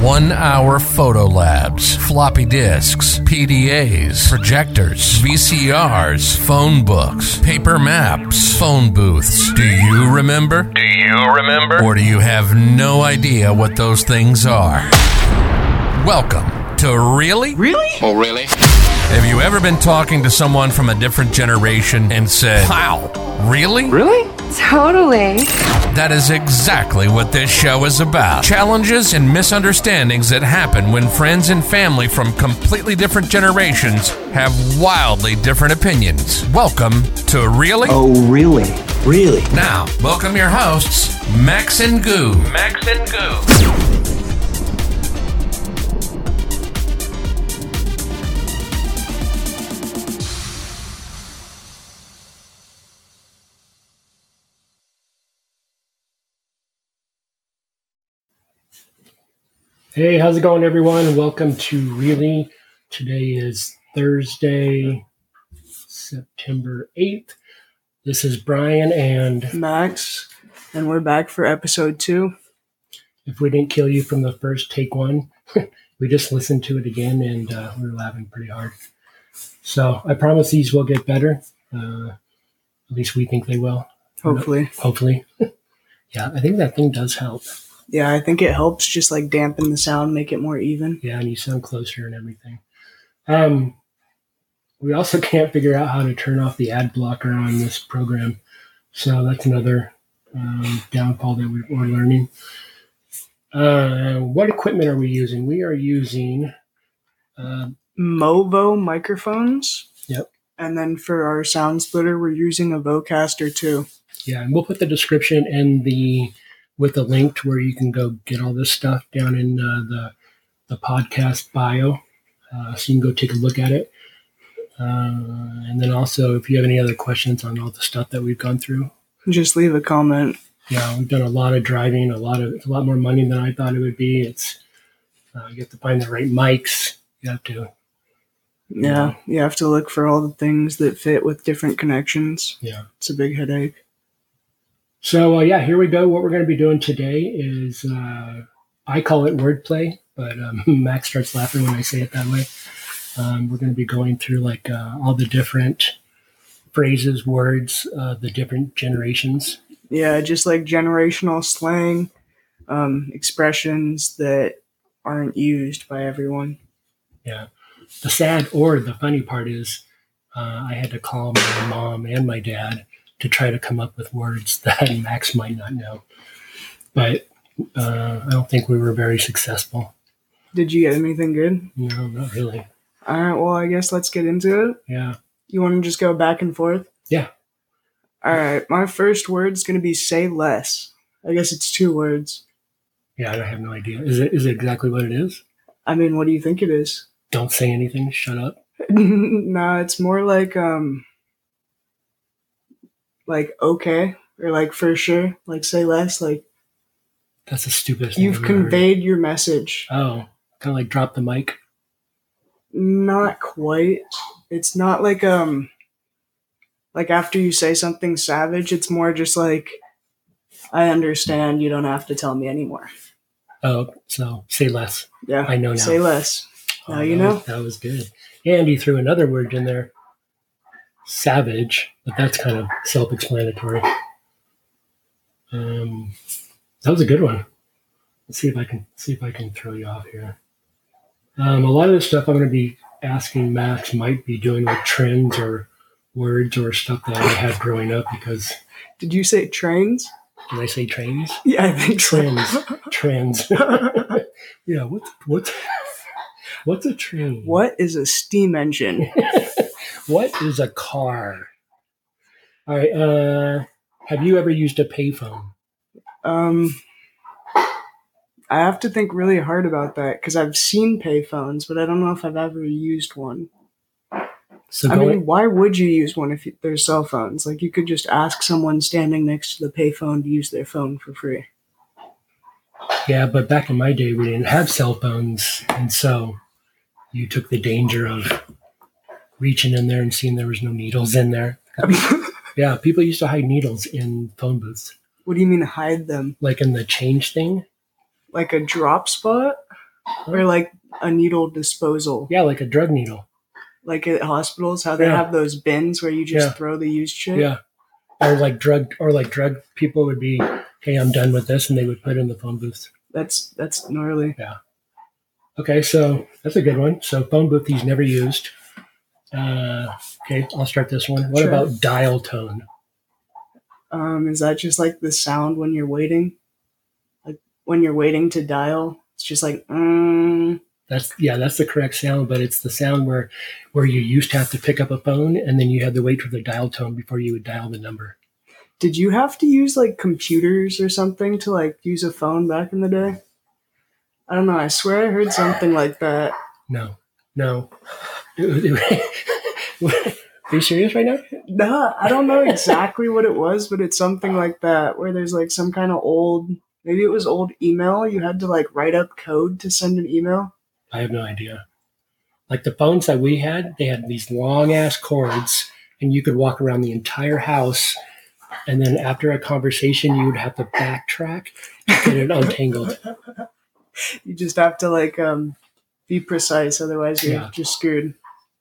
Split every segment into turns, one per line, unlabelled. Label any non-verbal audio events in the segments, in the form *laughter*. one hour photo labs, floppy disks, PDAs, projectors, VCRs, phone books, paper maps, phone booths. Do you remember?
Do you remember?
Or do you have no idea what those things are? Welcome to Really?
Really?
Oh, really?
Have you ever been talking to someone from a different generation and said, Wow, really?
Really?
Totally.
That is exactly what this show is about. Challenges and misunderstandings that happen when friends and family from completely different generations have wildly different opinions. Welcome to Really?
Oh, really? Really?
Now, welcome your hosts, Max and Goo.
Max and Goo.
Hey, how's it going, everyone? Welcome to Really. Today is Thursday, September 8th. This is Brian, and
Max, and we're back for episode two.
if we didn't kill you from the first take one, *laughs* we just listened to it again and uh, we were laughing pretty hard. So I promise these will get better. Uh, at least we think they will,
Hopefully,
hopefully. *laughs* yeah, I think that thing does help.
yeah, I think it helps just like dampen the sound, make it more even.
Yeah, and you sound closer and everything. Um, we also *laughs* can't figure out how to turn off the ad blocker on this program, so that's another um, downfall that we- we're learning. Uh, what equipment are we using? We are using uh,
Movo microphones.
Yep.
And then for our sound splitter, we're using a Vocaster too.
Yeah, and we'll put the description and the with a link to where you can go get all this stuff down in uh, the the podcast bio, uh, so you can go take a look at it. Uh, and then also, if you have any other questions on all the stuff that we've gone through,
Just leave a comment.
yeah, we've done a lot of driving, a lot of it's a lot more money than I thought it would be. It's uh, you have to find the right mics. You have to
Yeah, you have to look for all the things that fit with different connections.
yeah.
It's a big headache.
So uh, yeah, here we go. What we're going to be doing today is uh, I call it wordplay, but um, *laughs* Max starts laughing when I say it that way. Um, we're going to be going through like uh, all the different phrases, words, uh, the different generations.
Yeah, just like generational slang, um, expressions that aren't used by everyone.
Yeah. The sad or the funny part is uh, I had to call my mom and my dad to try to come up with words *laughs* that Max might not know, but uh, I don't think we were very successful.
Did you get anything good?
No, not really.
All right, well, I guess let's get into it.
Yeah.
You want to just go back and forth?
Yeah.
All right. My first word's going to be say less. I guess it's two words.
Yeah, I have no idea. Is it is it exactly what it is?
I mean, what do you think it is? *laughs*
Don't say anything. Shut up.
nah, it's more like um like okay or like for sure, like say less, like
That's the stupidest. thing
you've
I've ever heard.
conveyed your message.
Oh, kind of like drop the mic.
Not quite. It's not like um like after you say something savage, it's more just like I understand you don't have to tell me anymore.
Oh, so say less.
Yeah.
I know now.
Say less.
Oh,
Now you
that
know.
was- that was good. And you threw another word in there, savage. But that's kind of self-explanatory. Um, that was a good one. Let's see if I can see if I can throw you off here. Um, a lot of the stuff I'm going to be asking Max might be doing with trends or words or stuff that I had growing up because
Did you say trains?
did I say trains?
Yeah, I think so.
Trends, trends. *laughs* yeah, what's what's what's a train?
*laughs* What is a steam engine? *laughs*
What is a car? All right. Uh, have you ever used a payphone?
Um, I have to think really hard about that because I've seen payphones, but I don't know if I've ever used one.
So
I
going,
mean, why would you use one if you, there's cell phones? Like, you could just ask someone standing next to the payphone to use their phone for free.
yeah, but back in my day, we didn't have cell phones, and so you took the danger of reaching in there and seeing there was no needles in there. *laughs* yeah, people used to hide needles in phone booths,
What do you mean hide them?
like in the change thing.
Like a drop spot? or like a needle disposal,
Yeah, like a drug needle.
like at hospitals, how they
Yeah.
have those bins where you just
Yeah.
throw the used shit.
Yeah. Or like drug or like drug people would be, okay, I'm done with this, and they would put it in the phone booth.
That's that's gnarly.
Okay, so that's a good one. So phone booth he's never used. Uh, okay, I'll start this one. What
Sure.
about dial tone?
Um, is that just like the sound when you're waiting, like when you're waiting to dial? It's just like mm,
That's yeah, that's the correct sound, but it's the sound where where you used to have to pick up a phone and then you had to wait for the dial tone before you would dial the number.
Did you have to use like computers or something to like use a phone back in the day? I don't know. I swear I heard something like that.
No, no. *laughs* Are you serious right now?
No, I don't know exactly what it was, but it's something like that where there's like some kind of old, maybe it was old email. You had to like write up code to send an email.
I have no idea. Like the phones that we had, they had these long ass cords, and you could walk around the entire house. And then after a conversation, you would have to backtrack to get it
*laughs*
untangled.
Oh, You just have to like um, be precise, otherwise you're
Yeah.
just screwed.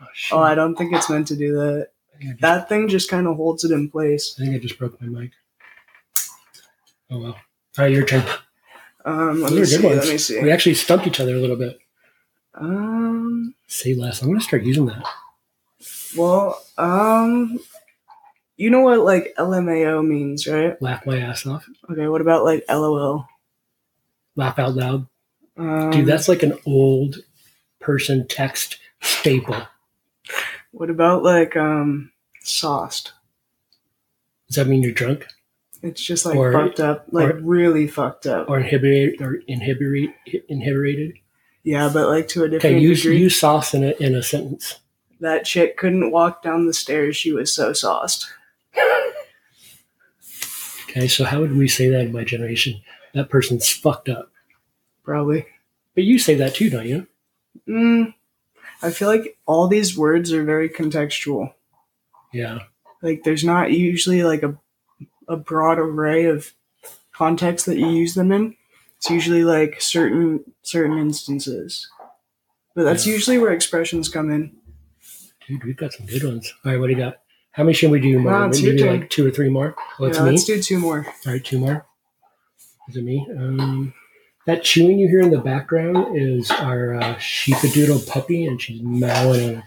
Oh, shit.
Oh, I don't think it's meant to do that.
I, think I, just,
That thing just kind of holds it in place.
I think I just broke my mic. Oh well. All right, your turn.
Um, let
Those
me
are good
see.
ones.
Let me
We
see.
actually stumped each other a little bit.
Um.
Say less. I'm gonna start using that.
Well, um, you know what like LMAO means, right?
Laugh my ass off.
Okay, what about like LOL?
Laugh out loud.
Um,
Dude, that's like an old person text staple.
What about like um, sauced?
Does that mean you're drunk?
It's just like
Or-
fucked up, like
or-
really fucked up.
or inhibited or inhibited inhibited.
yeah, but like to a different
Okay, use
degree.
use sauce in a in a sentence.
that chick couldn't walk down the stairs. She was so sauced.
Okay, so how would we say that in my generation? That person's fucked up.
Probably.
But you say that too, don't you?
Mm, I feel like all these words are very contextual.
Yeah.
Like there's not usually like a a broad array of context that you use them in. It's usually like certain certain instances. But that's
Yeah.
usually where expressions come in.
Dude, we've got some good ones. All right, what do you got? How many should we do more?
No, it's
Maybe
your turn.
like two or three more? Oh, it's
yeah,
me?
let's do two more.
All right, two more. Is it me? Um, that chewing you hear in the background is our uh, sheepadoodle puppy, and she's mowing on it.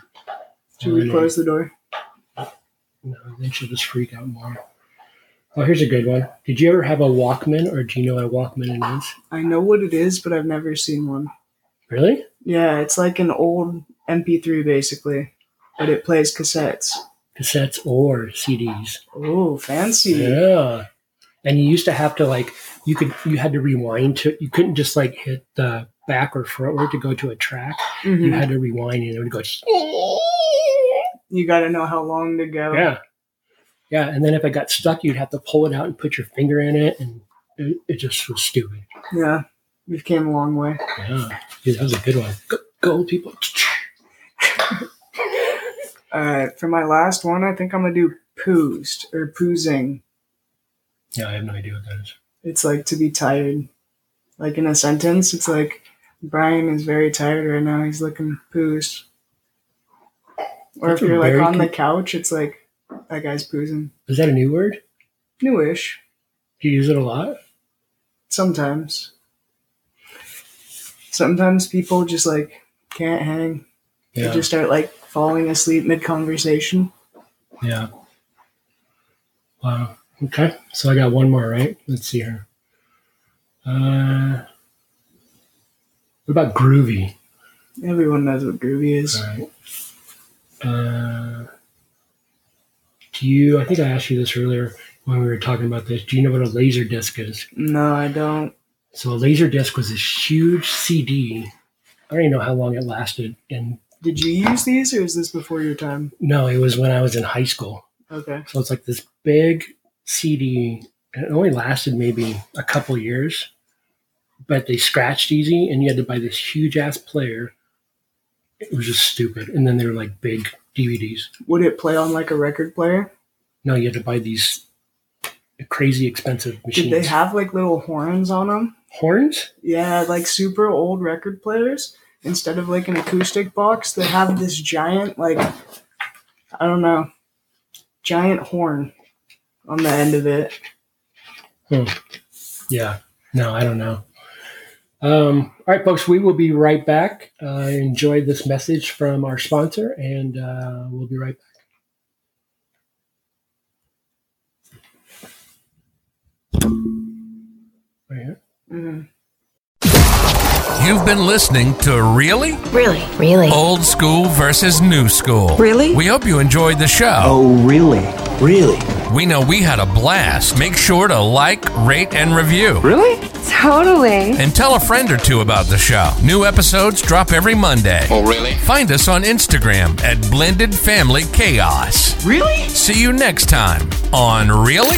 Should we
Mowing on it.
close the door?
No, then she'll just freak out more. Oh, here's a good one. Did you ever have a Walkman, or do you know what a Walkman is?
I know what it is, but I've never seen one.
Really?
Yeah, it's like an old MP3 basically, but it plays cassettes.
Cassettes or CDs?
Oh, fancy.
Yeah. And you used to have to like you could you had to rewind to you couldn't just like hit the back or forward to go to a track.
Mhm.
You had to rewind and it would go.
You got to know how long to go.
Yeah. Yeah. And then if it got stuck, you'd have to pull it out and put your finger in it, and it, it just was stupid.
Yeah, We've came a long way.
Yeah. Dude, that was a good one. Go, go people.
All right, Uh, for my last one, I think I'm gonna do poosed or poosing.
Yeah, I have no idea what that is.
It's like to be tired. Like in a sentence, it's like Brian is very tired right now. He's looking poosed. Or
That's
if
a
you're like
very
on the
con-
couch, it's like that guy's poosing.
Is that a new word?
Newish
Do you use it a lot?
sometimes. Sometimes people just like can't hang. They just start like falling asleep mid conversation.
yeah. Wow. Okay. So I got one more, right? Let's see here. Uh, what about groovy?
Everyone knows what groovy is.
All right. Uh, do you? I think I asked you this earlier when we were talking about this. Do you know what a laser disc is?
No, I don't.
So a laser disc was this huge CD. I don't even know how long it lasted. And
Did you use these or is this before your time?
no, it was when I was in high school.
Okay.
So it's like this big CD, and it only lasted maybe a couple years, but they scratched easy, and you had to buy this huge ass player. It was just stupid. And then they were like big DVDs.
Would it play on like a record player?
No, you had to buy these crazy expensive machines.
Did they have like little horns on them?
horns.
Yeah, like super old record players, instead of like an acoustic box, they have this giant, like, I don't know, giant horn on the end of it.
Hmm. Yeah. No, I don't know. Um, all right, folks, we will be right back. Uh, enjoy this message from our sponsor, and uh, we'll be right back. Right here.
You've been listening to Really
Really? Really?
Old School versus New School.
Really?
We hope you enjoyed the show.
Oh, really? Really?
We know we had a blast. Make sure to like, rate, and review.
Really?
Totally.
And tell a friend or two about the show. New episodes drop every Monday.
Oh, really?
Find us on Instagram at Blended Family Chaos.
Really?
See you next time on Really